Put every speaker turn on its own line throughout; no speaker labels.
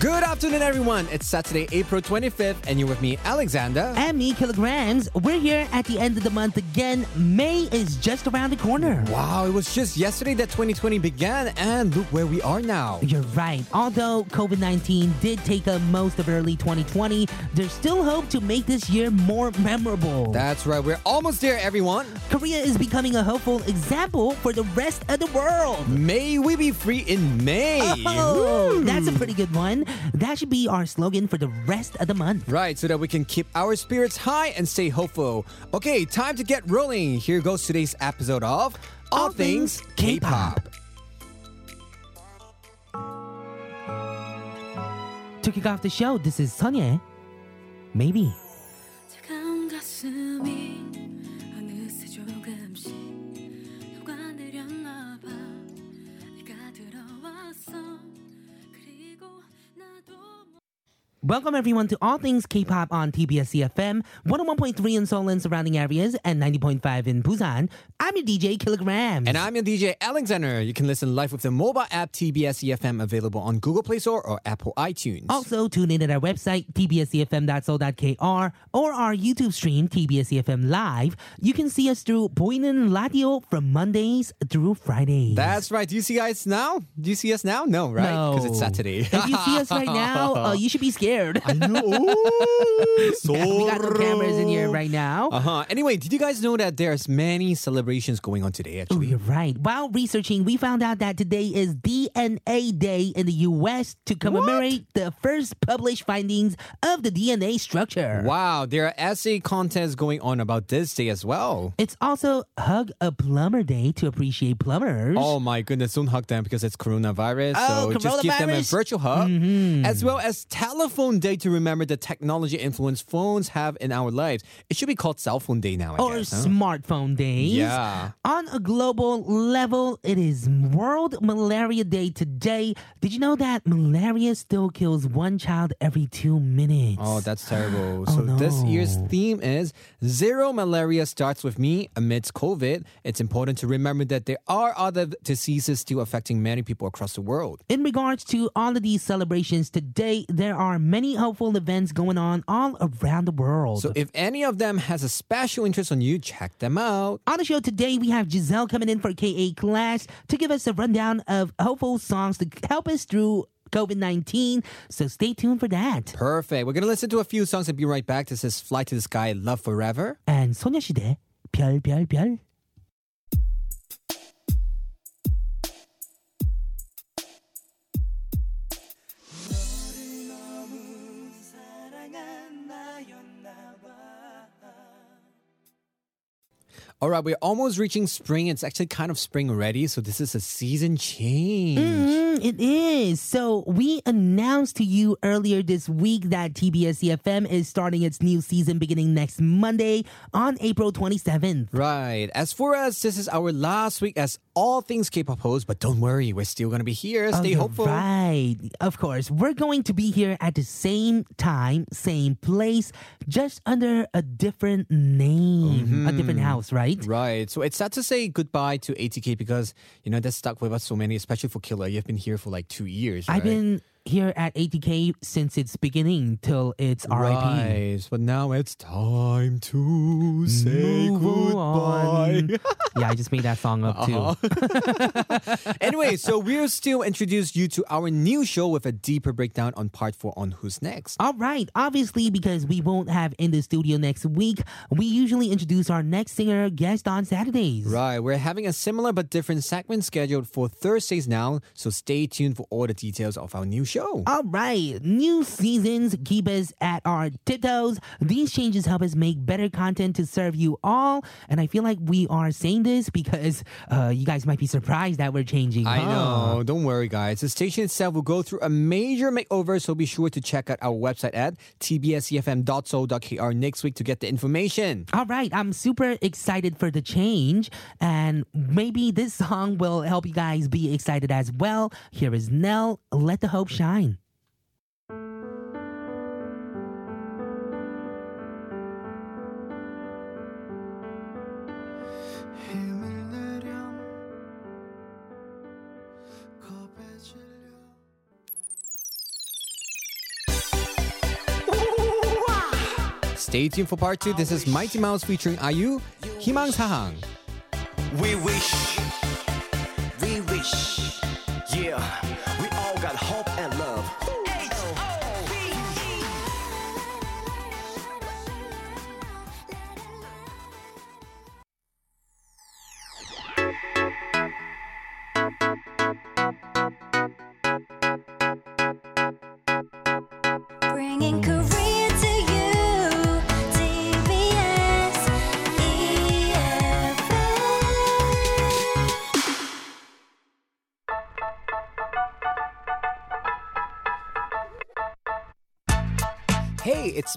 Good afternoon, everyone. It's Saturday, April 25th, and you're with me, Alexander.
and me, Kilograms. We're here at the end of the month again. May is just around the corner.
Wow, it was just yesterday that 2020 began, and look where we are now.
You're right. Although COVID 19 did take up most of early 2020, there's still hope to make this year more memorable.
That's right, we're almost there, everyone.
Korea is becoming a hopeful example for the rest of the world.
May we be free in May.
Oh,
Woo.
that's a pretty good one. That should be our slogan for the rest of the month.
Right, so that we can keep our spirits high and stay hopeful. Okay, time to get rolling. Here goes today's episode of All,
All
Things K
Things
pop.
To kick off the show, this is Sonia. Maybe.
차가운 가슴이 어느새 조금씩 녹아내렸나 봐 네가 들어왔어 그리고 나도 뭐
Welcome everyone to all things K-pop on TBS CFM, 101.3 in Seoul and surrounding areas, and 90.5 in Busan. I'm your DJ Kilogram.
And I'm your DJ Alexander. You can listen live with the mobile app TBS EFM E available on Google Play Store or Apple iTunes.
also tune in at our website, tbscfm.so.kr, or our YouTube stream, TBSCFM Live. You can see us through Boynan Radio from Mondays through Fridays.
That's right. Do you see guys now? Do you see us now? No, right? Because it's
No.
Saturday.
if you see us right now, uh, you should be scared.
so
we got no cameras in here right now.
Uh huh. Anyway, did you guys know that there's many celebrations going on today?
Oh,
Actually,
you're right. While researching, we found out that today is DNA Day in the U.S. to commemorate the first published findings of the DNA structure.
wow, there are essay contests going on about this day as well.
It's also Hug a Plumber Day to appreciate plumbers.
Oh my goodness, don't hug them because it's coronavirus.
Oh,
so just give them a
coronavirus. Mm-hmm.
virtual hug. As well as telephone day to remember the technology influence phones have in our lives. It should be called cell phone day now, I
or
guess. huh?
smartphone days.
Yeah.
On a global level, it is World Malaria Day today. Did you know that malaria still kills one child every two minutes?
Oh, that's terrible.
Oh,
so this year's
no.
theme is Zero Malaria Starts With Me amidst COVID. It's important to remember that there are other diseases still affecting many people across the world.
In regards to all of these celebrations today, there are many hopeful events going on all around the world.
So if any of them has a special interest on you, check them out.
on the show today, we have Giselle coming in for KA class to give us a rundown of hopeful songs to help us through COVID 19. So stay tuned for that.
Perfect. We're going to listen to a few songs and be right back. This is Fly to the Sky, Love Forever.
And 소녀시대, 별, 별, 별.
All right, we're almost reaching spring. It's actually kind of spring already, so this is a season change.
Mm, it is. So we announced to you earlier this week that TBS EFM E is starting its new season beginning next Monday on April 27th.
Right. As for us, this is our last week as all things K-pop hosts, but don't worry, we're still gonna be here.
Oh,
Stay
you're
hopeful.
Right. Of course. We're going to be here at the same time, same place, just under a different name, a
Mm-hmm.
different house, right?
Right. So it's sad to say goodbye to ATK because you know that's stuck with us so many, especially for Killer. You've been here for like two years. Right?
I've been here at ATK since its beginning till its RIP.
Right. But now it's time to say
Move
goodbye. Uh-huh.
on. yeah, I just made that song up too.
anyway, so we'll still introduce you to our new show with a deeper breakdown on part four on Who's Next.
All right, obviously, because we won't have in the studio next week, we usually introduce our next singer guest on Saturdays.
Right, we're having a similar but different segment scheduled for Thursdays now, so stay tuned for all the details of our new show.
All right, new seasons keep us at our tiptoes. These changes help us make better content to serve you all. And I feel like we are saying this because uh, you guys might be surprised that we're changing.
I
huh?
know, Oh, don't worry, guys. The station itself will go through a major makeover, so be sure to check out our website at E tbscfm.so.kr next week to get the information.
All right, I'm super excited for the change, and maybe this song will help you guys be excited as well. Here is Nell, Let the Hope Shine.
Stay tuned for part two. This is Mighty Mouse featuring IU, Himang Sahang.
We wish, we wish, yeah, we all got hope and love.
Bringing Korea to you, TBS E EFM.
Hey, it's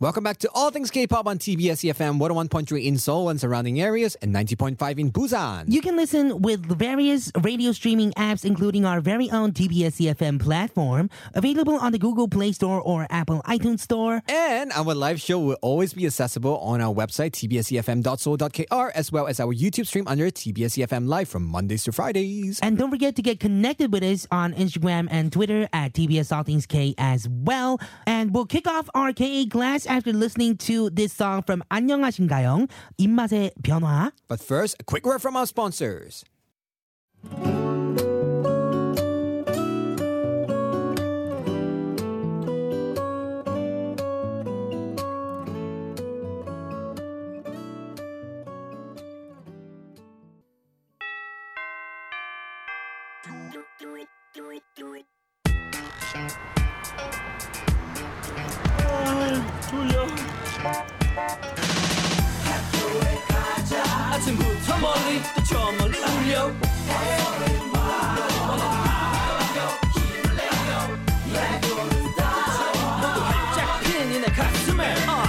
Welcome back to All Things K-Pop on TBS EFM 101.3 in Seoul and surrounding areas and 90.5 in Busan.
You can listen with various radio streaming apps, including our very own TBS EFM platform, available on the Google Play Store or Apple iTunes Store.
And our live show will always be accessible on our website, tbsefm.soul.kr, as well as our YouTube stream under TBSEFM E Live from Mondays to Fridays.
And don't forget to get connected with us on Instagram and Twitter at TBS All Things K as well. And we'll kick off our KA class after listening to this song from 안녕하신가요? 입맛의 변화.
But first, a quick word from our sponsors.
아침부터 멀리 또 저 멀리 울려 너도 활짝 핀 이내 가슴에 아.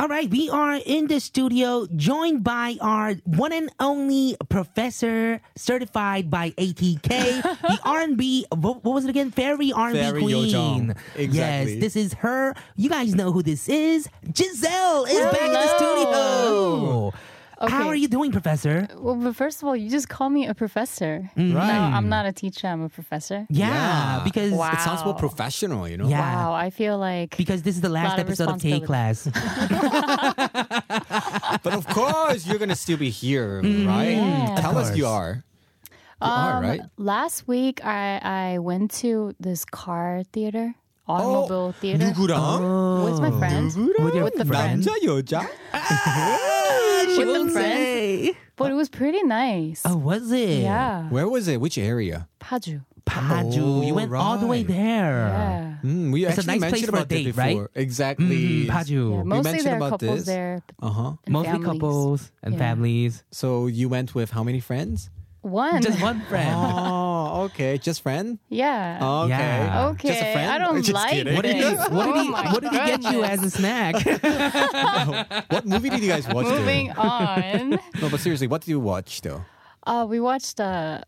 All right, we are in the studio joined by our one and only professor certified by ATK, the R&B, what what was it again? Fairy R&B
Fairy
queen.
Yojong. Exactly.
Yes, this is her. You guys know who this is. Giselle is back in the
Hello.
studio. How
Okay.
are you doing, professor? Mm-hmm.
Well, but first of all, you just call me a professor.
Hmm.
Right.
No, I'm not a teacher. I'm a professor.
Yeah,
Yeah.
because
Wow.
It sounds more professional, you know?
Yeah.
Wow, I feel like
because this is the last
Lot of
episode of K
responsibility.
class.
But of course, you're going to still be here, right?
Yeah.
Tell us you
Mm-hmm. course.
are. You are, right?
um, last week I I went to this car theater, automobile theater
누구랑?
with my friends,
Oh, With your
the
friend?
friend.
남자 여자?
with the friends. But it was pretty nice.
Oh, was it?
yeah,
Where was it? Which area?
Paju.
Paju, you
Oh,
went all the way
right.
there.
Yeah.
Mm, we
It's
actually
a nice place
mentioned
for a
about that
date, right?
before. Exactly.
Mm, Paju.
Yeah, mostly
mentioned
there are
about
couples
this.
there. but-
Uh huh.
and
Mostly
families.
couples and
Yeah.
families.
So you went with how many friends?
One.
Just one friend.
oh, okay. Just friend? Okay.
yeah.
Oh, Yeah.
okay.
Just a friend?
I don't
Just
like
kidding.
What did he?
this.
What did
Oh
he?
my
What did he get you as a snack?
What movie did you guys watch? today?
Moving on.
No, but seriously, what did you watch though?
Uh, we watched uh,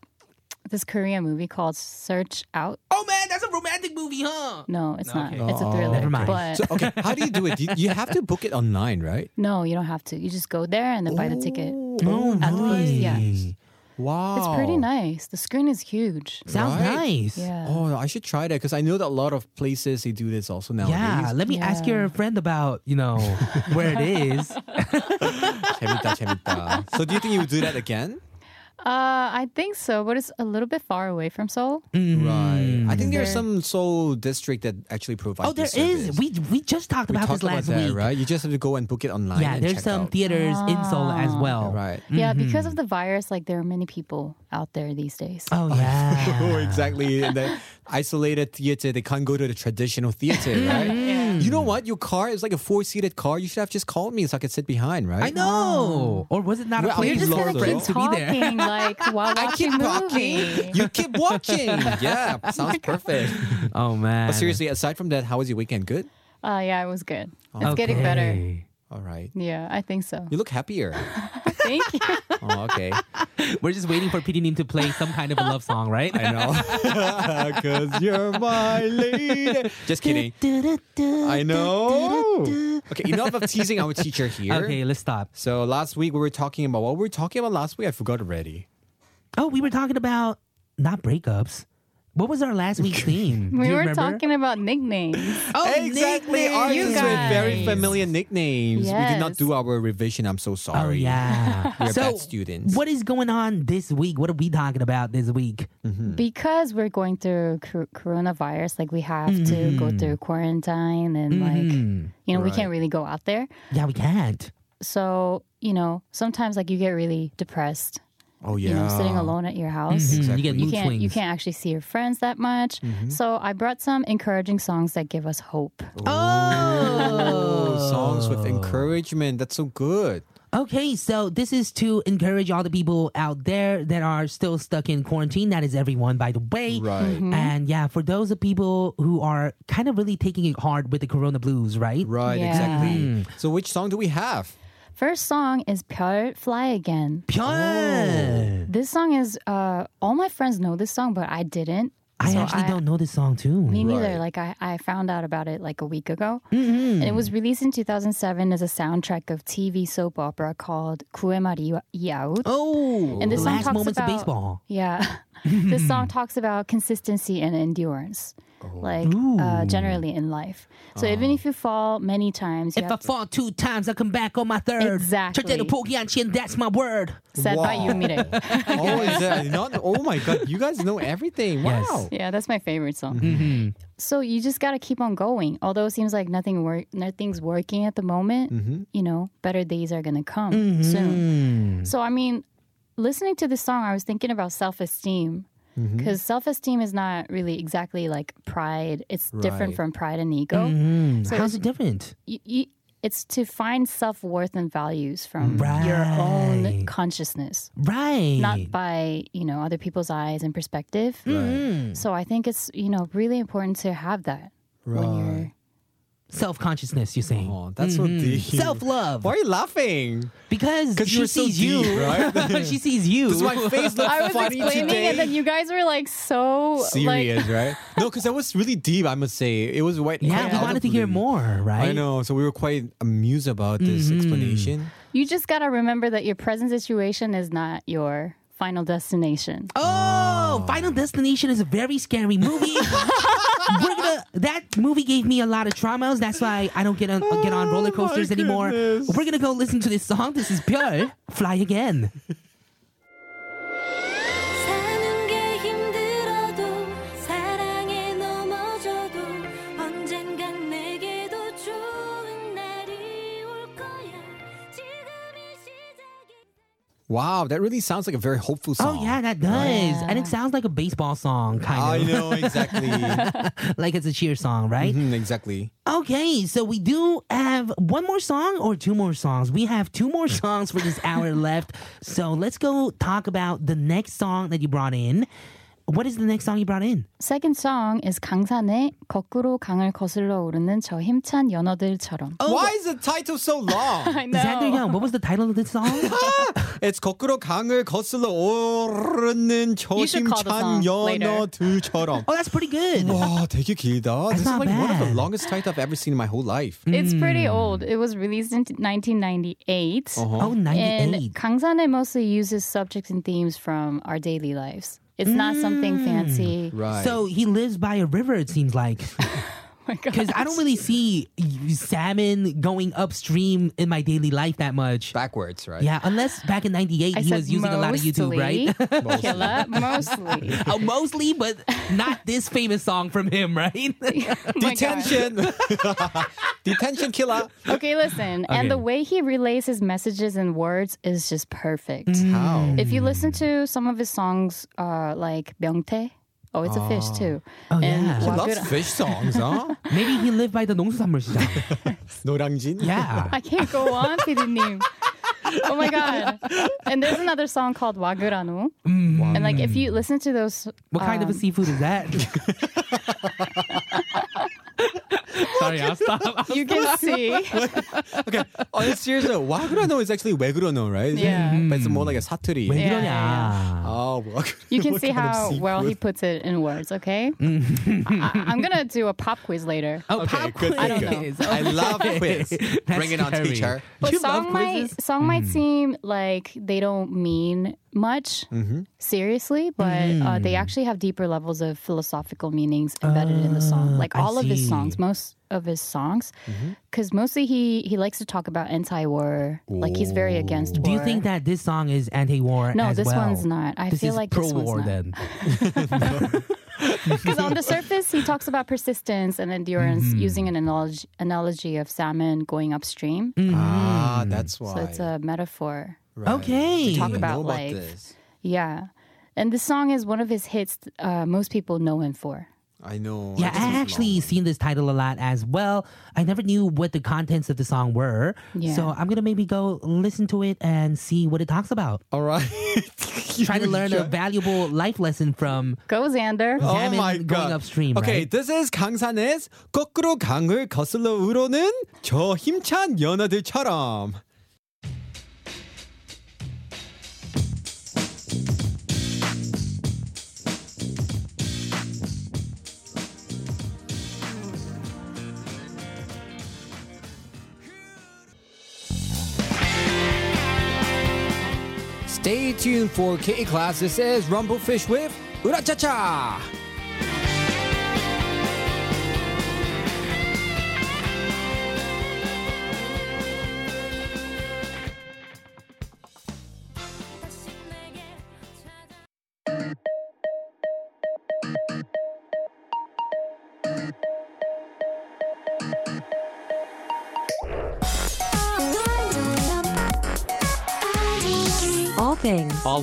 this Korean movie called Search Out.
oh man, that's a romantic movie, huh?
No, it's not. It's
Oh,
a thriller.
Never mind.
But
So okay, how do you do it? You, you have to book it online, right?
no, you don't have to. You just go there and then buy the ticket.
Oh,
Oh,
At least, yeah.
nice.
Wow.
It's pretty nice. The screen is huge.
Sounds
Right?
nice.
Yeah.
Oh, I should try that because I know that a lot of places they do this also nowadays.
Yeah, let me ask your
Yeah.
friend about you know where it is.
재밌다, 재밌다. So do you think you would do that again?
Uh, I think so, but it's a little bit far away from Seoul.
Mm.
Right. I think there's
There-
some Seoul district that actually provides.
oh, there
this
is.
service.
We we just talked
we
about
talked
this last
about that,
week.
right? You just have to go and book it online.
Yeah,
and
there's
check out.
some theaters in Seoul
Oh.
as well.
Right.
Yeah, because of the virus, like there are many people out there these days.
Oh yeah.
Oh, exactly. And the isolated theater, they can't go to the traditional theater,
Mm-hmm.
right? You know what? Your car is like a four seated car. You should have just called me so I could sit behind, right?
I know. Or was it not a
Well,
place
you're Oh, just
for
gonna
friends
keep
to be there?
Talking like while
I keep
watching movie.
walking. You keep watching. yeah, sounds perfect.
Oh man.
But seriously, aside from that, how was your weekend? Good?
Uh, yeah, it was good. It's getting better.
Okay.
All right.
Yeah, I think so.
You look happier.
Thank you.
Oh, okay.
We're just waiting for PD Nim to play some kind of a love song, right?
I know. Cause you're my lady. Just kidding. I know. Okay, enough of teasing our teacher here.
Okay, let's stop.
So last week we were talking about what we were talking about last week. I forgot already.
Oh, we were talking about not breakups. What was our last week's theme? Do
We
you
were
remember?
talking about nicknames.
Oh,
exactly.
nicknames.
Artists
You
with very
guys.
familiar nicknames. We did not
Yes.
do our revision. I'm so sorry.
Oh yeah.
We're
so,
bad students.
what is going on this week? What are we talking about this week?
Because we're going through cor- coronavirus, like we have to
Hmm.
go through quarantine and like, you know, we can't really go out there.
Yeah, we can't.
So, you know, sometimes like you get really depressed,
Oh yeah.
you know, sitting alone at your
Hmm.
house.
You get
You
mood
can't you
swings.
can't actually see your friends that much.
Mm-hmm.
So I brought some encouraging songs that give us hope.
Oh, songs with encouragement. That's so good.
Okay, so this is to encourage all the people out there that are still stuck in quarantine. That is everyone, by the way.
Right.
Mm-hmm.
And yeah, for those of people who are kind of really taking it hard with the Corona blues, right?
Right,
Yeah.
Hmm.
exactly. So which song do we have?
First song is "Pure Fly Again."
Pyeon!
This song is uh, all my friends know this song, but I didn't.
I
So
actually
I-
don't know this song too.
Me
Right.
neither. Like I, I found out about it like a week ago. And it was released in 2007 as a soundtrack of TV soap opera called Kuemari Iaut.
oh,
And this song
last
talks
moments
about-
of baseball.
Yeah. this song talks about consistency and endurance. Like uh, generally in life. So even if you fall many times, you
If I
have
fall two times, I come back on my third.
Exactly.
절대로 포기 안 치는, That's my word.
said by
Wow.
Yumire.
Oh, is that not? Oh my God! You guys know everything. Wow.
Yes.
yeah, that's my favorite song. So you just got to keep on going. Although it seems like nothing work, nothing's working at the moment. You know, better days are gonna come soon. So I mean, listening to this song, I was thinking about self esteem because self esteem is not really exactly like pride. It's different
Right.
from pride and ego. Mm. So
How's
it's-
it different?
you, you, it's to find self worth and values from your
Right.
own consciousness
Right.
not by you know other people's eyes and perspective. So I think it's you know really important to have that when you're
Self consciousness, you're saying.
Oh, that's
Mm-hmm.
so deep.
Self love.
Why are you laughing?
Because
'Cause you
she
were so
sees
deep,
you.
right?
she sees you.
Does my face look
I was
funny
explaining
today?
and then you guys were like so
Serious, right? No, because that was really deep. I must say, it was quite.
yeah,
quite
we
out
wanted
of
to hear
blue.
more, right? Mm-hmm.
I know. So we were quite amused about this explanation.
like you just gotta remember that your present situation is not your final destination.
Oh, Final Destination is a very scary movie. We're gonna, that movie gave me a lot of traumas. That's why I don't get on get on roller coasters anymore.
Oh goodness.
We're gonna go listen to this song. This is Pure Fly Again.
사는 게 힘들어도 사랑에 넘어져도 언젠간 내게도 좋은 날이 올 거야 지금이 시작이
Wow, that really sounds like a very hopeful song.
Oh yeah, that does, and it sounds like a baseball song,
I
kind
know exactly.
of like it's a cheer song, right?
Mhm, exactly.
Okay, so we do have one more song or two more songs. We have two more songs for this hour left. So let's go talk about the next song that you brought in. What is the next song you brought in?
Second song is 강산의 거꾸로 강을 거슬러 오르는 저 힘찬 연어들처럼.
Oh,
Why is the title so long?
I
Xander Young, what was the title of this song?
it's 거꾸로 강을 거슬러 오르는
You should call the
조심찬
song later.
연어들처럼.
oh, that's pretty good.
Wow, 되게 길다. This is
not
like one of the
bad.
longest title I've ever seen in my whole life.
It's pretty
Hmm.
old. It was released in 1998.
Oh,
And
98.
Kangzane mostly uses subjects and themes from our daily lives. It's not
Hmm.
something fancy.
Right.
So he lives by a river, it seems like.
Oh my God.
Because I don't really see salmon going upstream in my daily life that much.
backwards, right?
Yeah, unless back in 98
I
he
said
was using a lot of YouTube, right?
mostly. Killa, mostly.
Oh, mostly, but not this famous song from him, right?
Oh my God.
Detention. Detention killer.
Okay, listen.
Okay.
And the way he relays his messages in words is just perfect.
Mm.
How?
If you listen to some of his songs, uh, like Byungtae, oh, it's a fish too.
Oh,
and
yeah. He
He
Wagura-
loves fish songs, huh?
Maybe he lived by the 농수산물 시장.
노랑진.
Yeah.
I can't go on, PD님. Oh my god! And there's another song called Waguranu, and like if you
Mm.
listen to those,
What kind of a
um,
seafood is that? Sorry, I'll stop.
You can see.
okay. On a serious note, 와 그러노 is actually 왜 그러노, right?
Yeah.
But it's more like a 사투리.
왜
Yeah,
이러냐.
yeah,
Oh, well,
You can
what
see
kind of
how well he
seafood?
puts it in words, okay?
Mm.
I, I'm going to do a pop quiz later.
Oh,
Okay,
pop
good,
quiz.
good, good. I love quiz.
That's
Bring it on,
scary.
teacher.
But
You love
song might
quizzes?
song might seem like they don't mean much
Mm-hmm.
seriously, but uh,
Mm.
they actually have deeper levels of philosophical meanings embedded in the song. Like
Ah, I
all of his songs,
see. Mm-hmm.
most of his songs, because mostly he he likes to talk about anti-war. Like he's very against. War.
Do you think that this song is anti-war?
No,
as
this
well?
one's not. I
This
feel
is
like this
pro-war
one's not.
then.
Because on the surface, he talks about persistence and endurance
Mm-hmm.
using an analogy, analogy of salmon going upstream.
Mm.
Ah, that's why.
Hmm. So it's uh, a metaphor.
Right.
Okay.
We
Talk
didn't
about
know
life.
this.
Yeah. And this song is one of his hits uh, most people know him for.
I know.
Yeah,
This is
I actually
long.
seen this title a lot as well. I never knew what the contents of the song were.
Yeah.
So I'm going to maybe go listen to it and see what it talks about.
All right.
Try to learn a valuable life lesson from
Go, Xander.
Oh
Salmon
my
going
god.
upstream,
Okay,
right?
this is 강산의 거꾸로 강을 거슬러 우러는 저 힘찬 연어들처럼. Stay tuned for K Class. This is Rumblefish with Urachacha.
다시 내게 찾아
All
Oh,
things.
All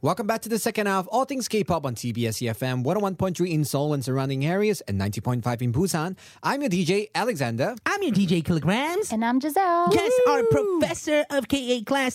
Welcome back to the second half. All things K-pop on TBS EFM 101.3 in Seoul and surrounding areas and 90.5 in Busan. I'm your DJ Alexander.
I'm your DJ Kilograms.
And I'm Giselle.
Yes, our professor of KA class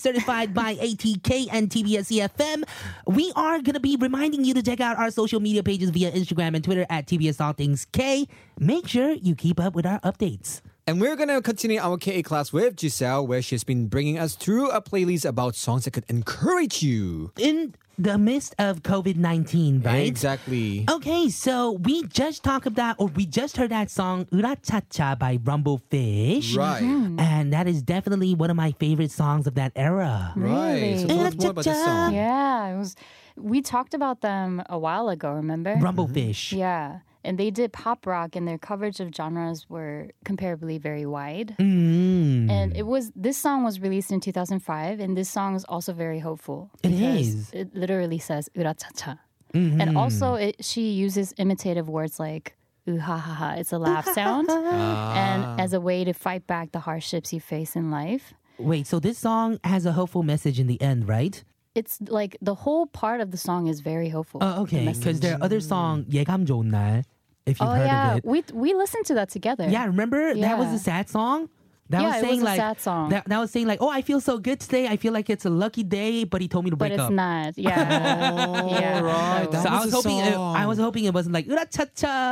certified by ATK and TBS EFM. E We are going to be reminding you to check out our social media pages via Instagram and Twitter at TBS All Things K. Make sure you keep up with our updates.
And we're going to continue our KA class with Giselle where she's been bringing us through a playlist about songs that could encourage you.
In the midst of COVID 19, right?
Exactly.
Okay, so we just talked about, or we just heard that song "Ura Cha Cha" by Rumblefish,
Right.
and that is definitely one of my favorite songs of that era.
Right. So tell us more about this song.
Yeah. It was, we talked about them a while ago, remember?
Mm-hmm.
Rumblefish.
Yeah. And they did pop rock, and their coverage of genres were comparably very wide.
Mm.
And it was this song was released in 2005, and this song is also very hopeful.
It
because
is. Mm-hmm.
It literally says "urachacha," and also it, she uses imitative words like "ooh ha ha ha." It's a laugh sound,
Ah.
and as a way to fight back the hardships you face in life.
Wait, so this song has a hopeful message in the end, right?
It's like the whole part of the song is very hopeful.
Oh, okay, because their other song "예감 좋은 날," if you've
Oh
heard
yeah,
of it.
we we listened to that together.
Yeah, remember that was
Yeah.
a sad song. That
Yeah,
was
it
saying
was a
like
sad song.
That, that was saying like, oh, I feel so good today. I feel like it's a lucky day, but he told me to
but
break
it's
up.
not. Yeah, yeah.
right.
that
So
That
I
was
was
a
hoping it, I
song.
was hoping it wasn't like "Ura cha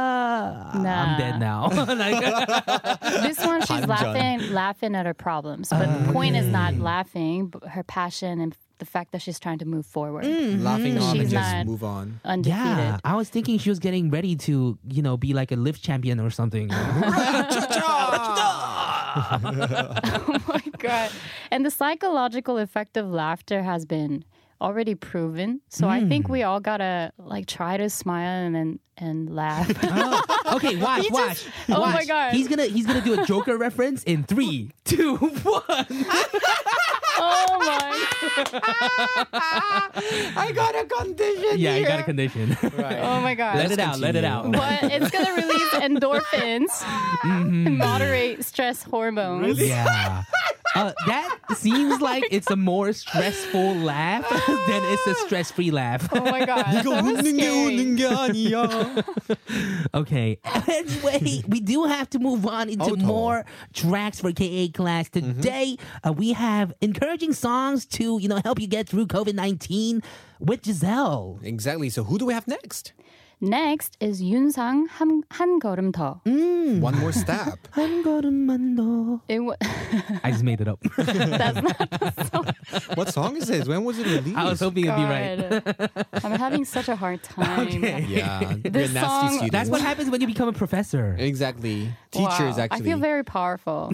cha." I'm
Nah.
dead now. like,
This one, she's laughing, laughing at her problems. But the point is not laughing, but her passion and the fact that she's trying to move forward,
Mm-hmm. Laughing on and
She's
just
not-
move on.
undefeated.
Mm. yeah, I was thinking she was getting ready to, you know, be like a lift champion or something.
Oh my god! And the psychological effect of laughter has been already proven. So I think
Mm.
we all gotta like try to smile and and, and laugh.
okay, watch, watch,
oh my
watch.
God.
He's gonna he's gonna do a Joker reference in three, two, one.
oh my!
I got a condition
Yeah, you got a condition.
Oh my god!
let it out, let it out.
continue.
But it's gonna release endorphins and moderate stress hormones.
Yeah. Uh, that
Oh
seems like it's a more stressful laugh than it's a stress-free laugh.
Oh my god. that was scary.
Okay. Anyway, we do have to move on into
Auto.
more tracks for KA class
Mm-hmm.
today. Uh, we have encouraging songs to you know help you get through COVID nineteen with Giselle.
Exactly. So who do we have next?
Next is Yun Sang 한, 한 걸음 더.
Hmm.
One more step.
한 걸음만 더.
It wa-
I just made it up.
what song is this? When was it released?
I was hoping it'd be right.
God. I'm having such a hard time.
Yeah, we're
This
nasty
song-
students.
That's what happens when you become a professor.
Exactly.
Wow.
Teachers
I
actually.
feel very powerful.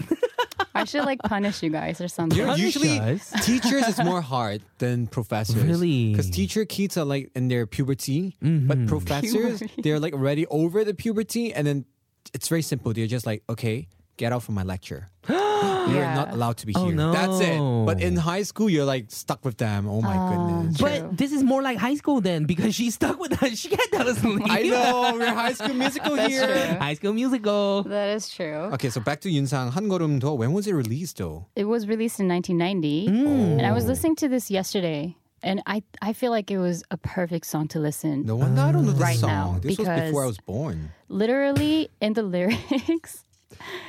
I should like punish you guys or something.
They're
Punish
usually
us?
teachers is more hard than professors.
Really? Mm-hmm.
Because teacher kids are like in their puberty, but professors they're like already over the puberty, and then it's very simple. They're just like, okay, get out from my lecture. You're
Yeah.
not allowed to be
Oh,
here. That's it.
no.
But in high school, you're like stuck with them. Oh my goodness.
True.
But this is more like high school then because she's stuck with us. She can't tell us to leave.
I know we're High School Musical
That's
here.
true.
High School Musical.
That is true.
Okay, so back to Yunsang Han Gorum Do. When was it released though? Oh,
It was released in 1990,
Mm.
and I was listening to this yesterday, and I I feel like it was a perfect song to listen.
No one, I don't know this
Right
song.
now,
this was before I was
because-
born.
Literally in the lyrics,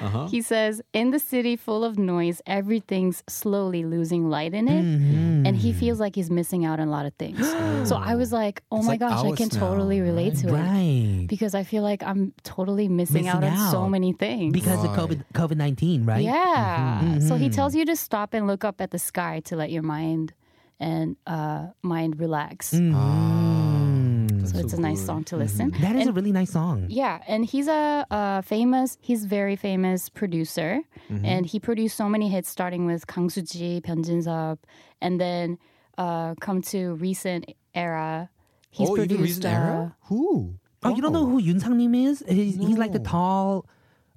Uh-huh.
he says, "In the city full of noise, everything's slowly losing light in it,
Mm-hmm.
and he
Hmm.
feels like he's missing out on a lot of things." so I was like, "Oh
It's
my
like
gosh, I
ours
can
now,
totally relate to it."
Right.
because I feel like I'm totally missing,
Missing
out, on so
out.
many things.
Because of COVID COVID nineteen, right? Mm-hmm.
yeah. So he tells you to stop and look up at the sky to let your mind and uh, mind relax.
Mm. Mm-hmm.
Ah,
Ah.
That's
So it's a nice
good.
song to listen.
That is a really nice song.
Yeah, and he's a, uh famous, he's very famous producer,
Mm-hmm.
and he produced so many hits, starting with Kang Suji, Pyeon Jin Seop, and then uh, come to recent era. He's
oh,
produced uh,
even recent era? Who?
uh, Oh, you don't know who Yun Sang Nim is? He's, he's like the
No.
tall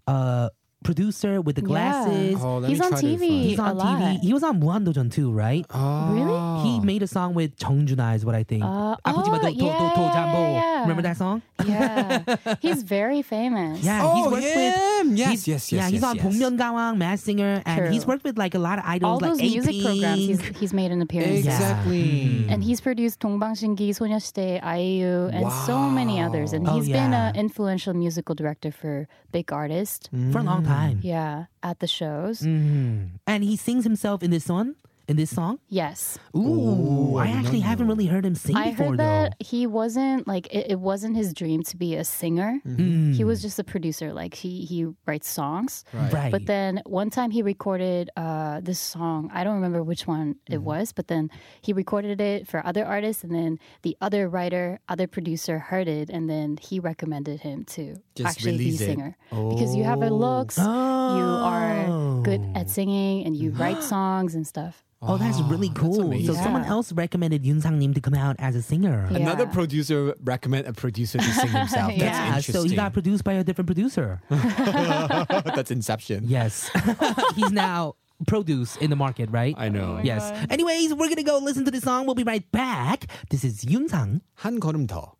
uh, producer with the
Yeah.
glasses.
Oh, let
He's
me
on
try to
TV.
find-
He's on
a
TV.
lot.
He was on 무한도전 too, right?
Ah.
He made a song with Jung Juna is what I think.
Oh. Uh,
아프지마 도-
oh,
도-
yeah,
도- 도-
yeah,
잠보.
yeah, yeah.
Remember that song?
Yeah, he's very famous.
Yeah,
Oh,
he's worked
him!
with
Yes,
he's-
yes, yes,
Yeah, he's
yes,
on
yes.
Gawang, Mass Singer, and
True.
he's worked with like a lot of idols,
all
like
those music programs he's, he's made an appearance
Exact-
Exactly.
in.
Mm-hmm.
and he's produced 동방신기, 소녀시대, IU, and so many others. And
Oh,
he's been
yeah.
an influential musical director for big artists.
Mm-hmm.
for a long time. Mm-hmm.
Yeah, at the shows.
Mm.
And he sings himself in this one, in this song.
Yes,
Ooh, I actually haven't really heard him sing
I
before
heard
though.
that he wasn't like it, it wasn't his dream to be a singer.
Mm-hmm.
He
Mm.
was just a producer. Like he he writes songs.
Right.
But then one time he recorded uh, this song. I don't remember which one it
Mm-hmm.
was, but then he recorded it for other artists, and then the other writer, other producer heard it, and then he recommended him to
Just
actually be a
release it.
singer because you have the looks, you are good
Oh.
at singing, and you write songs and stuff.
Oh, that's really cool. so
amazing.
someone
Yeah.
else recommended Yun Sang Nim to come out as a singer.
Yeah.
Another producer recommend a producer to sing himself. That's
Yeah,
interesting.
so he got produced by a different producer.
That's Inception.
yes. He's now produced in the market, right?
I
Oh
know.
yes. Anyways, we're going to go listen to the song. We'll be right back. This is Yun Sang.
한 걸음 더.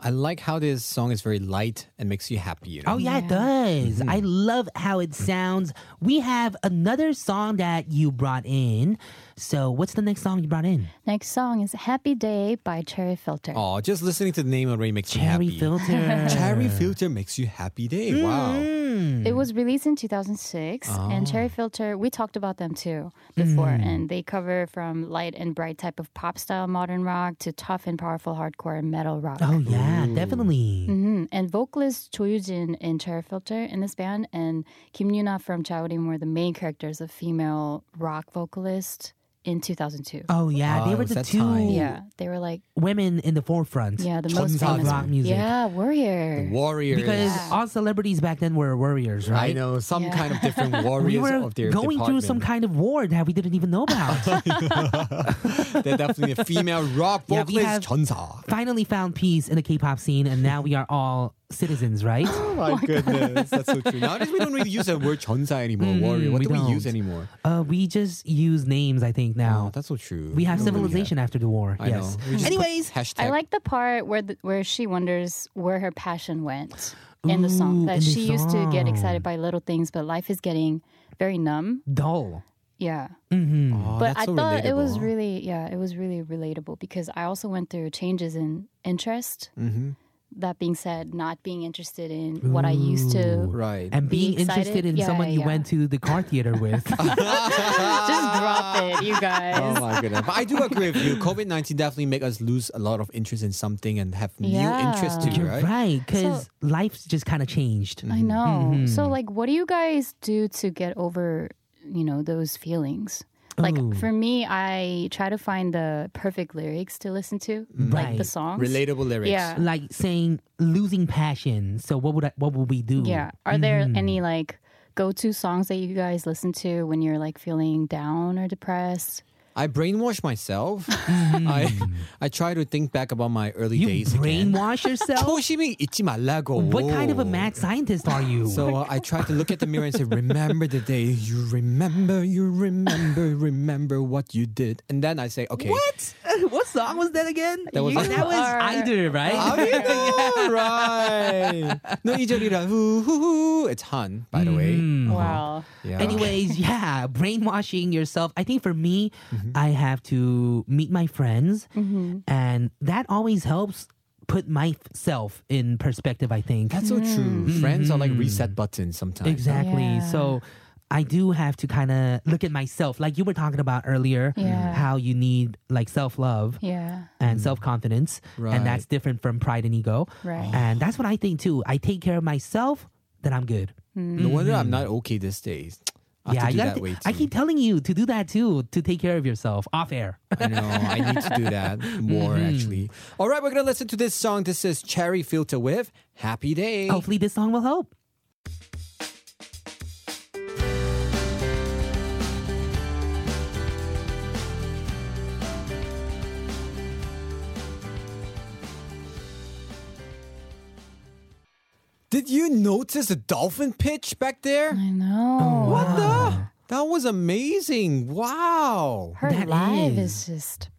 I like how this song is very light and makes you happy. You know?
Oh yeah, it does.
Mm-hmm.
I love how it sounds. We have another song that you brought in. So what's the next song you brought in?
Next song is "Happy Day" by Cherry Filter.
Oh.
Aw, just listening to the name already makes
Cherry
you happy.
Filter.
Cherry filter makes you happy day. Wow.
It
Mm.
was released in 2006,
Oh.
and Cherry Filter, we talked about them too before,
Mm.
and they cover from light and bright type of pop style modern rock to tough and powerful hardcore and metal rock.
Oh yeah, definitely.
Mhm. And vocalist Choi Yujin in Cherry Filter in this band and Kim Yuna from Chaorim were the main characters of female rock vocalist in 2002.
Oh yeah, they
Wow,
were
it's
the
that
two
time.
Yeah, they were like,
women in the forefront.
yeah, the most
of
famous.
rock music.
Yeah, warrior.
Warriors.
Mm. Because all celebrities back then were warriors, right?
I know some
Yeah.
kind of different warriors
We were
of their
going through some
department.
kind of war that we didn't even know about.
They're definitely a female rock
Yeah, we
vocalist,
have- Oh
Chonsa.
Finally found peace in the K-pop scene, and now we are all citizens, right?
Oh my, goodness, that's so true. Nowadays we don't really use that word chonsa anymore, warrior. What
Mm, we
do we use
don't.
anymore?
uh, we just use names, I think, now.
Oh, that's so true.
we have
don't really
civilization after the war.
I
yes.
know. We just put
Anyways,
hashtag.
I like the part where the, where she wonders where her passion went in the song.
Ooh, in
That
the
she used to get
song.
excited by little things, but life is getting very numb.
dull.
Yeah.
Mm-hmm. Mm,
Oh,
but
that's
I
so
thought it was
relatable.
really yeah, it was really relatable because I also went through changes in interest.
Mm-hmm.
That being said, not being interested in what I used to
right.
And
Be
being interested
excited?
in
Yeah,
someone you
yeah.
went to the car theater with.
just drop it, you
Oh
guys.
my goodness! But I do agree with you. COVID nineteen definitely make us lose a lot of interest in something and have new
Yeah.
interest too,
You're
right? Mm.
right, because
So-
life's just kind of changed.
I know. So like what do you guys do to get over, you know, those feelings? Like
Ooh.
for me, I try to find the perfect lyrics to listen to, like
Right.
the songs.
Relatable lyrics.
Yeah.
Like saying losing passion. So what would I, what would we do?
Yeah. Are there any like go-to songs that you guys listen to when you're like feeling down or depressed?
I brainwash myself. I I try to think back about my early
Mm. You
days. again.
brainwash yourself.
조심히 잊지 말라고.
what kind of a Oh mad scientist are you?
So uh, I tried to look at the mirror and say, "Remember the day you remember, you remember, remember what you did." And then I say, "Okay,
what? what song was that again?
That was-
And that was
Are-
either right.
I mean, right? No, 이절이라 후후후. It's Han, by the way.
Mm-hmm.
Wow.
Yeah.
Anyways, yeah, brainwashing yourself. I think for me, I have to meet my friends, and that always helps put myself in perspective. I think
That's so true.
Mm-hmm.
Friends are like reset buttons sometimes.
exactly.
Yeah.
So I do have to kind of look at myself, like you were talking about earlier,
Yeah.
how you need like self love.
Yeah.
and self confidence.
Right.
And that's different from pride and ego.
Right.
And that's what I think too. I take care of myself, then I'm good.
No wonder I'm not okay these days. I have to do
Mm-hmm. you gotta
that
thi-
way too. Eh.
I keep telling you to do that too, to take care of yourself off air.
I know. I need to do that more
Mm-hmm.
actually. All right, we're gonna listen to this song. This is Cherry Filter with Happy Day.
Hopefully, this song will help.
Did you notice the dolphin pitch back there?
I know.
What the? That was amazing. Wow.
Her
That
live is just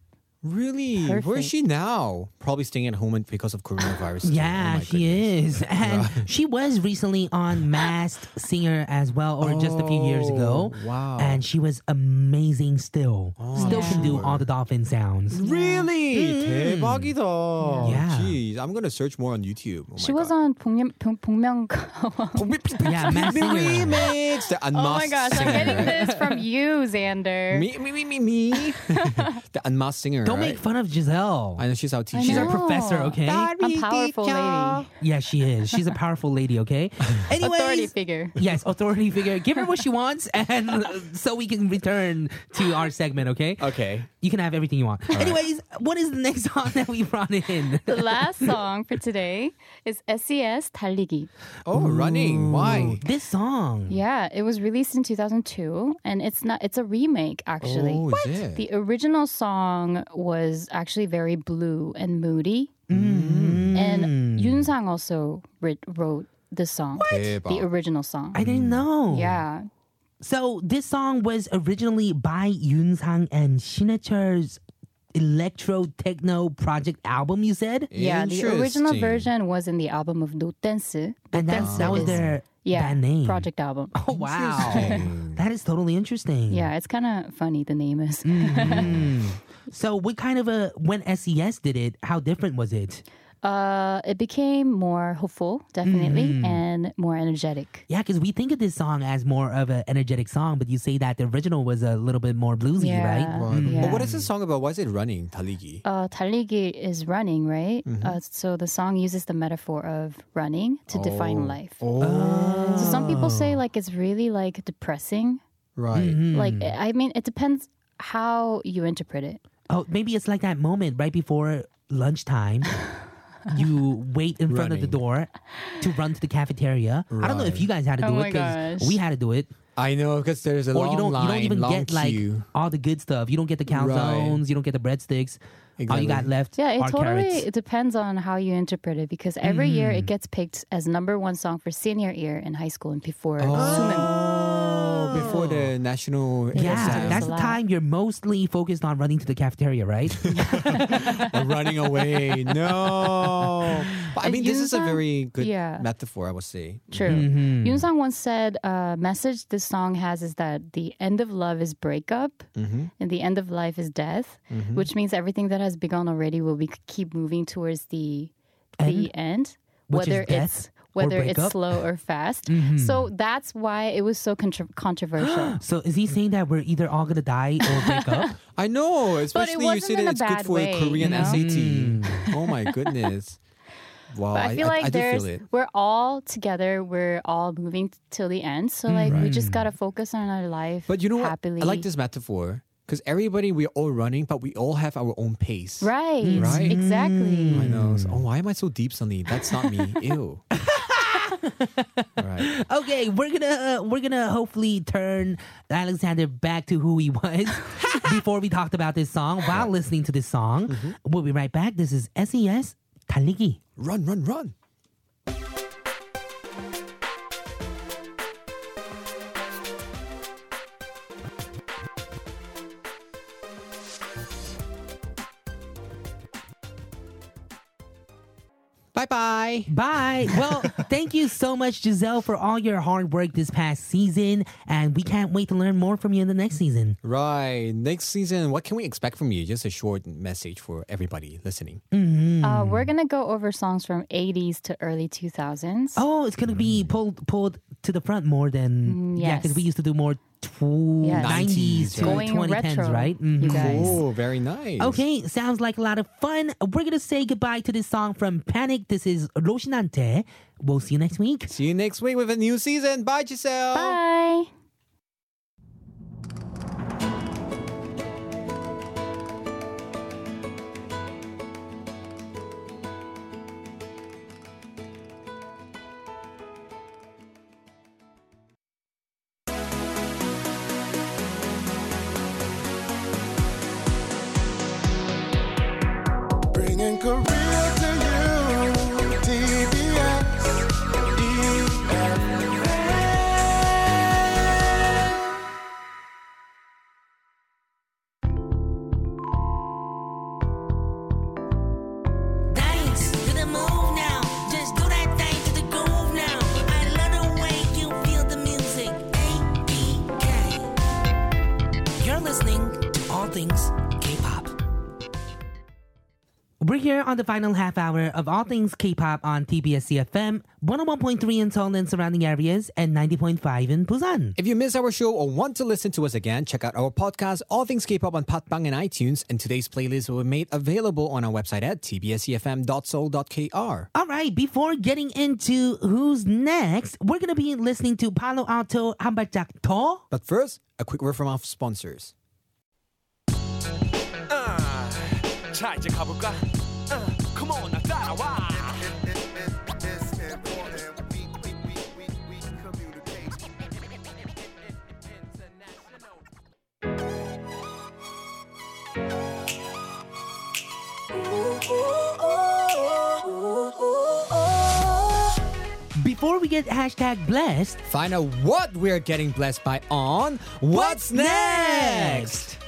Really? Where is she now? Probably staying at home and- because of coronavirus. Oh
Yeah, she is. And she was recently on Masked Singer as well, or just a few years ago.
Oh, wow. Oh,
And she was amazing still. still can do all the dolphin sounds.
Really? 대박이다.
Mm-hmm. Yeah.
Jeez, I'm going to search more on YouTube. Oh
She was on 복면- 복- 복면가왕.
Yeah, Masked Singer.
remix. The
Oh my gosh, I'm getting this from you, Xander.
Me, me, me, me, me. the unmasked singer.
Don't
right?
make fun of Giselle.
I know she's our teacher.
She's our
know.
professor, okay?
A powerful lady.
Yeah, she is. She's a powerful lady, okay? Anyways,
Authority figure.
Yes, authority figure. Give her what she wants, and uh, so we can return to our segment, okay?
Okay.
You can have everything you want. Anyways, what is the next song that we brought in?
The last song for today is E SES 달리기.
Oh, running. Why?
This song.
Yeah, it was released in 2002 and it's not it's a remake actually.
Oh, is it?
The original song was actually very blue and moody.
Mm.
Mm.
Hmm.
And Yun Sang also writ- wrote the song. The
대박.
original song.
I didn't know.
yeah.
So this song was originally by Yoon Sang and Shinicher's electro techno project album. You said,
Yeah, the original
Interesting.
version was in the album of No Tense.
and that, that was their
yeah,
band name.
project album.
Oh wow, that is totally interesting.
Yeah, it's kind of funny the name
Hmm.
is.
So what kind of a when SES did it? How different was it?
Uh, it became more hopeful, definitely, and more energetic.
Yeah, because we think of this song as more of an energetic song, but you say that the original was a little bit more bluesy,
Yeah.
right?
But
Yeah.
what is this song about? Why is it running? 달리기.
Uh, 달리기 is running, right? Uh, so the song uses the metaphor of running to define life.
Oh,
Uh,
So some people say like it's really like depressing.
Right.
Like I mean, it depends how you interpret it.
Oh, maybe it's like that moment right before lunchtime. you wait in front of the
Running.
door to run to the cafeteria. I don't know if you guys had to do
Oh
it
my
because
gosh.
we had to do it.
I know because there's a long
Or you don't
line,
you don't even
long
get like
queue.
all the good stuff. You don't get the
Right.
calzones, you don't get the breadsticks. All you got
Exactly.
left
Yeah, it
are
totally
carrots.
it depends on how you interpret it because every year it gets picked as number one song for senior year in high school and before Sumin.
Oh, before the national
Yeah,
Yes,
that's
a
the
lot.
time you're mostly focused on running to the cafeteria, right?
exam. Or running away. No. But, I
And
mean, this is a
Yoonsan-
very good
yeah.
metaphor, I would say.
True.
Mm-hmm.
Yoon Sang once said, uh, "Message this song has is that the end of love is breakup,
Mm-hmm.
and the end of life is death, which means everything that has begun already will be keep moving towards the the end,
Which is
whether
death
it's
or
whether it's
breakup?
slow or fast."
Mm-hmm.
So that's why it was so contro
Oh,
controversial.
so is he saying that we're either all gonna die or break up?
I know,
But it
especially you
wasn't
say
in
that
a
it's good
bad
for
way,
Korean
you know?
SAT.
Mm.
Oh my goodness. Wow,
But I, feel
I,
like
do
there's
feel it.
we're all together. We're all moving t- till the end. So like we just gotta focus on our life.
Mm, But you know what?
happily.
I like this metaphor because everybody, we're all running, but we all have our own pace.
Right.
Right?
Exactly.
I know. So, oh, why am I so deep suddenly? That's not me. Ew. All right.
Okay, we're gonna uh, we're gonna hopefully turn Alexander back to who he was before we talked about this song. While listening to this song,
Mm-hmm.
we'll be right back. This is SES Taligi.
Run, run, run. Bye bye.
Bye. Well, thank you so much, Giselle, for all your hard work this past season, and we can't wait to learn more from you in the next season.
Right. Next season, what can we expect from you? Just a short message for everybody listening.
Uh, we're gonna go over songs from 80s to early 2000s.
Oh, it's gonna be pulled pulled to the front more than
Mm,
yeah, because
yes.
we used to do more tw-
Yes.
90s to
Going
2010s,
retro,
right?
you
Mhm.
guys.
Oh, very nice.
Okay, sounds like a lot of fun. We're gonna say goodbye to this song from Panic. This is Roshinante. We'll see you next week.
See you next week with a new season. Bye, Giselle.
Bye.
Bringing career to you. TBS E EFM.
Dance to the move now. Just do that thing to the groove now. I love the way you feel the music. APK. You're listening to all things K-pop.
We're here on the final half hour of all things K-pop on TBS CFM, 101.3 in Seoul and surrounding areas, and 90.5 in Busan.
If you miss our show or want to listen to us again, check out our podcast, All Things K-Pop on Patbang and iTunes. And today's playlist will be made available on our website at tbsefm.soul.kr.
All right, before getting into who's next, we're gonna be listening to Palo Alto Hambatak To.
But first, a quick word from our sponsors.
아, 자 이제 가볼까? 아, come on, 나 따라와.
Before we get hashtag blessed,
Find out what we're getting blessed by on What's Next?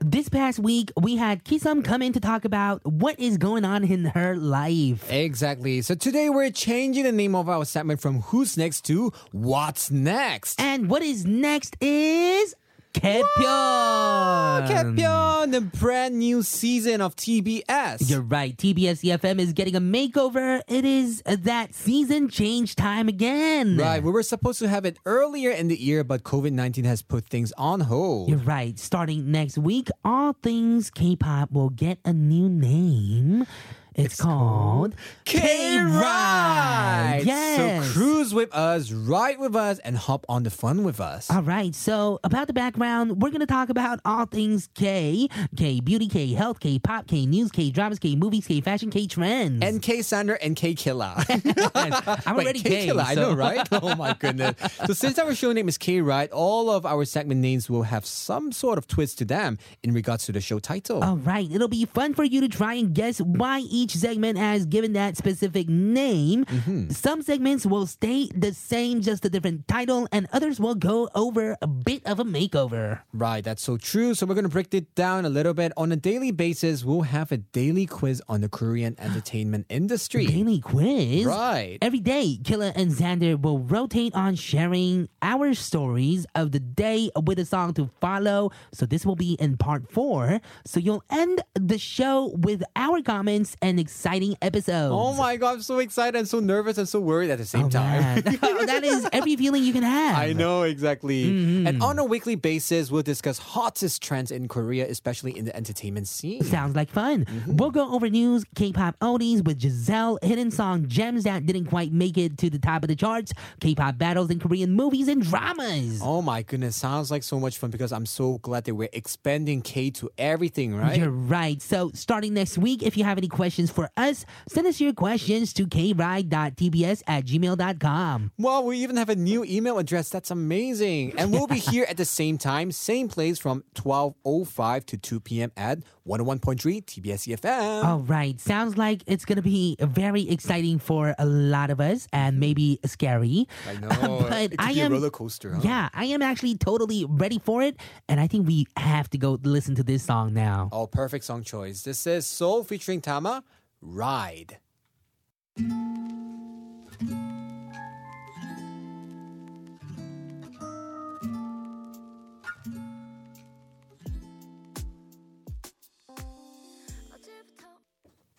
this past week we had Kisum come in to talk about what is going on in her life.
Exactly. So today we're changing the name of our segment from Who's Next to What's Next.
And what is next is Kepyeon.
Kepyeon, the brand new season of TBS.
You're right. TBS EFM E is getting a makeover. It is that season change time again.
Right, we were supposed to have it earlier in the year, but COVID 19 has put things on hold.
You're right. Starting next week, all things K-pop will get a new name. It's, called
K Ride!
Yes.
So cruise with us, ride with us, and hop on the fun with us.
All right, so about the background, we're going to talk about all things K K beauty, K health, K pop, K news, K dramas, K movies, K fashion, K trends.
And K Sander and K Killer.
I'm
Wait,
already
K
gay,
Killer, I know,
so-
right? Oh my goodness. So since our show name is K Ride, all of our segment names will have some sort of twist to them in regards to the show title.
All right, it'll be fun for you to try and guess why each segment has given that specific name.
Mm-hmm.
Some segments will stay the same, just a different title, and others will go over a bit of a makeover.
Right, that's so true. So we're going to break it down a little bit. On a daily basis, we'll have a daily quiz on the Korean entertainment industry.
Daily quiz.
Right.
Every day, Killa and Xander will rotate on sharing our stories of the day with a song to follow. So this will be in part four. So you'll end the show with our comments and exciting episodes.
Oh my god, I'm so excited and so nervous and so worried at the same
Oh,
time.
man. that is every feeling you can have.
I know exactly.
Mm-hmm.
And on a weekly basis, we'll discuss hottest trends in Korea, especially in the entertainment scene.
Sounds like fun.
Mm-hmm.
We'll go over news, K-pop oldies with Giselle, hidden song gems that didn't quite make it to the top of the charts, K-pop battles in Korean movies and dramas.
Oh my goodness, sounds like so much fun because I'm so glad that we're expanding K to everything, right?
You're right. So, starting next week, if you have any questions for us, send us your questions to kride.tbs at gmail.com.
Well, we even have a new email address. That's amazing. And we'll be here at the same time, same place from 12.05 to 2 p.m. at 101.3 TBS EFM.
All right. Sounds like it's going to be very exciting for a lot of us and maybe scary.
I know.
but
it could
I
be
am-
a roller coaster. Huh?
Yeah, I am actually totally ready for it. And I think we have to go listen to this song now.
Oh, perfect song choice. This is Soul featuring Tama, Ride.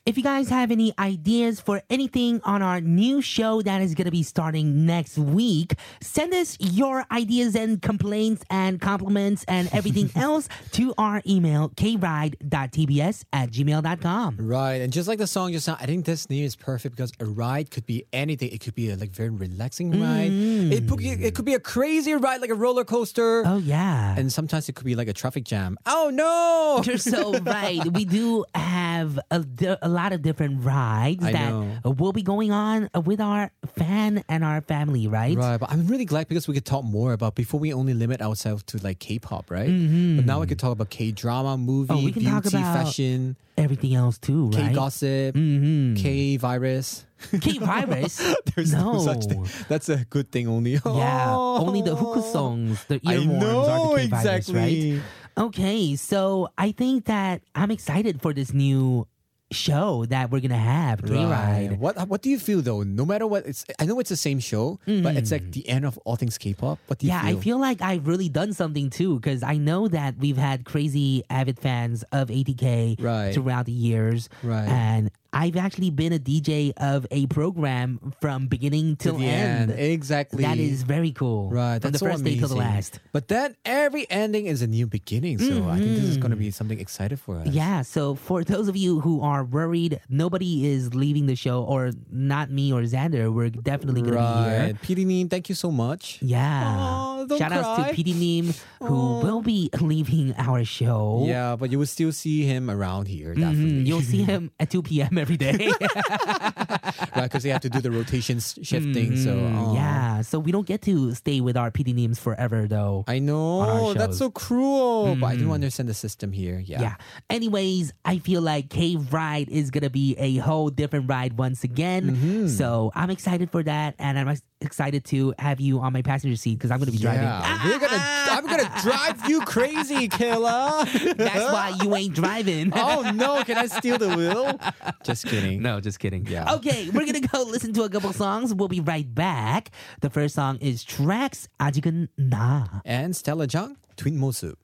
If you guys have any ideas for anything on our new show that is going to be starting next week, send us your ideas and complaints and compliments and everything else to our email, kride.tbs at gmail.com.
Right, and just like the song just now, I think this name is perfect because a ride could be anything. It could be a like very relaxing ride. It could be, it could be a crazy ride like a roller coaster,
Oh, yeah.
and sometimes it could be like a traffic jam. Oh no!
You're so right. We do have a, di- a lot of different rides
I
that
know.
uh, will be going on uh, with our fan and our family, right?
Right, but I'm really glad because we could talk more about before we only limit ourselves to like K-pop, right? But now we could talk about K-drama, movie,
Mm-hmm. Oh, we can
beauty,
talk about
fashion,
Everything else too, right? Mm-hmm.
K-gossip, K-virus.
K-virus.
There's no. such
No.
thing. That's a good thing only.
Yeah, only the hookah songs, the
Oh. I
earworms are
know,
the K-virus,
exactly.
right? Okay, so I think that I'm excited for this new show that we're gonna have, K-Ride.
What what do you feel though? No matter what, it's I know it's the same show, but it's like the end of all things K-pop. What do you
Mm. Yeah,
feel?
I feel like I've really done something too, because I know that we've had crazy avid fans of ATK
Right.
throughout the years,
Right.
and I've actually been a DJ of a program from beginning till
the end. exactly.
That is very cool.
right.
from
that's
the first
so
day till the
amazing.
last.
But then every ending is a new beginning. So I think this is going to be something exciting for us.
Mm-hmm. Yeah, so for those of you who are worried, nobody is leaving the show, or not me or Xander. We're definitely gonna be
Right.
here.
PD Neen, thank you so much.
Yeah.
Aw, don't
Shout outs to
cry.
PD Neem, who will be leaving our show.
Yeah, but you will still see him around here,
Mm,
definitely.
You'll see him at 2 p.m. every day.
right, because they have to do the rotations shifting. So aw.
Mm-hmm. yeah, so we don't get to stay with our PD Neems forever, though.
I
On
know
our
that's
shows. Mm-hmm.
so cruel, but I do understand the system here. Yeah.
Yeah. Anyways, I feel like Cave Ride is going to be a whole different ride once again.
Mm-hmm.
So I'm excited for that. And I'm ex- excited to have you on my passenger seat because I'm going to be driving. Ah!
Yeah, we're gonna. I'm gonna drive you crazy, killer.
That's why you ain't driving.
oh no! Can I steal the wheel? Just kidding.
No, just kidding.
Yeah.
Okay, we're going to go listen to a couple songs. We'll be right back. The first song is Tracks 아직은 나.
And Stella Jung, Twin 모습.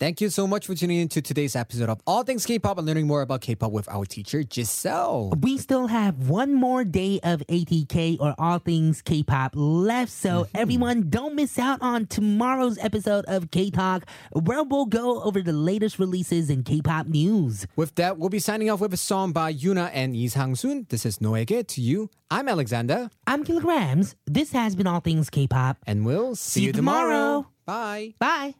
Thank you so much for tuning in to today's episode of All Things K-pop and learning more about K-pop with our teacher Giselle.
we still have one more day of ATK or all things K-pop left. So everyone, don't miss out on tomorrow's episode of K-Talk, where we'll go over the latest releases in K-pop news.
With that, we'll be signing off with a song by Yuna and Lee Sang-soon. This is Noege to you. I'm Alexander,
I'm Kilograms. This has been all things K-pop.
and we'll see,
See
you
you
tomorrow.
tomorrow.
Bye.
Bye.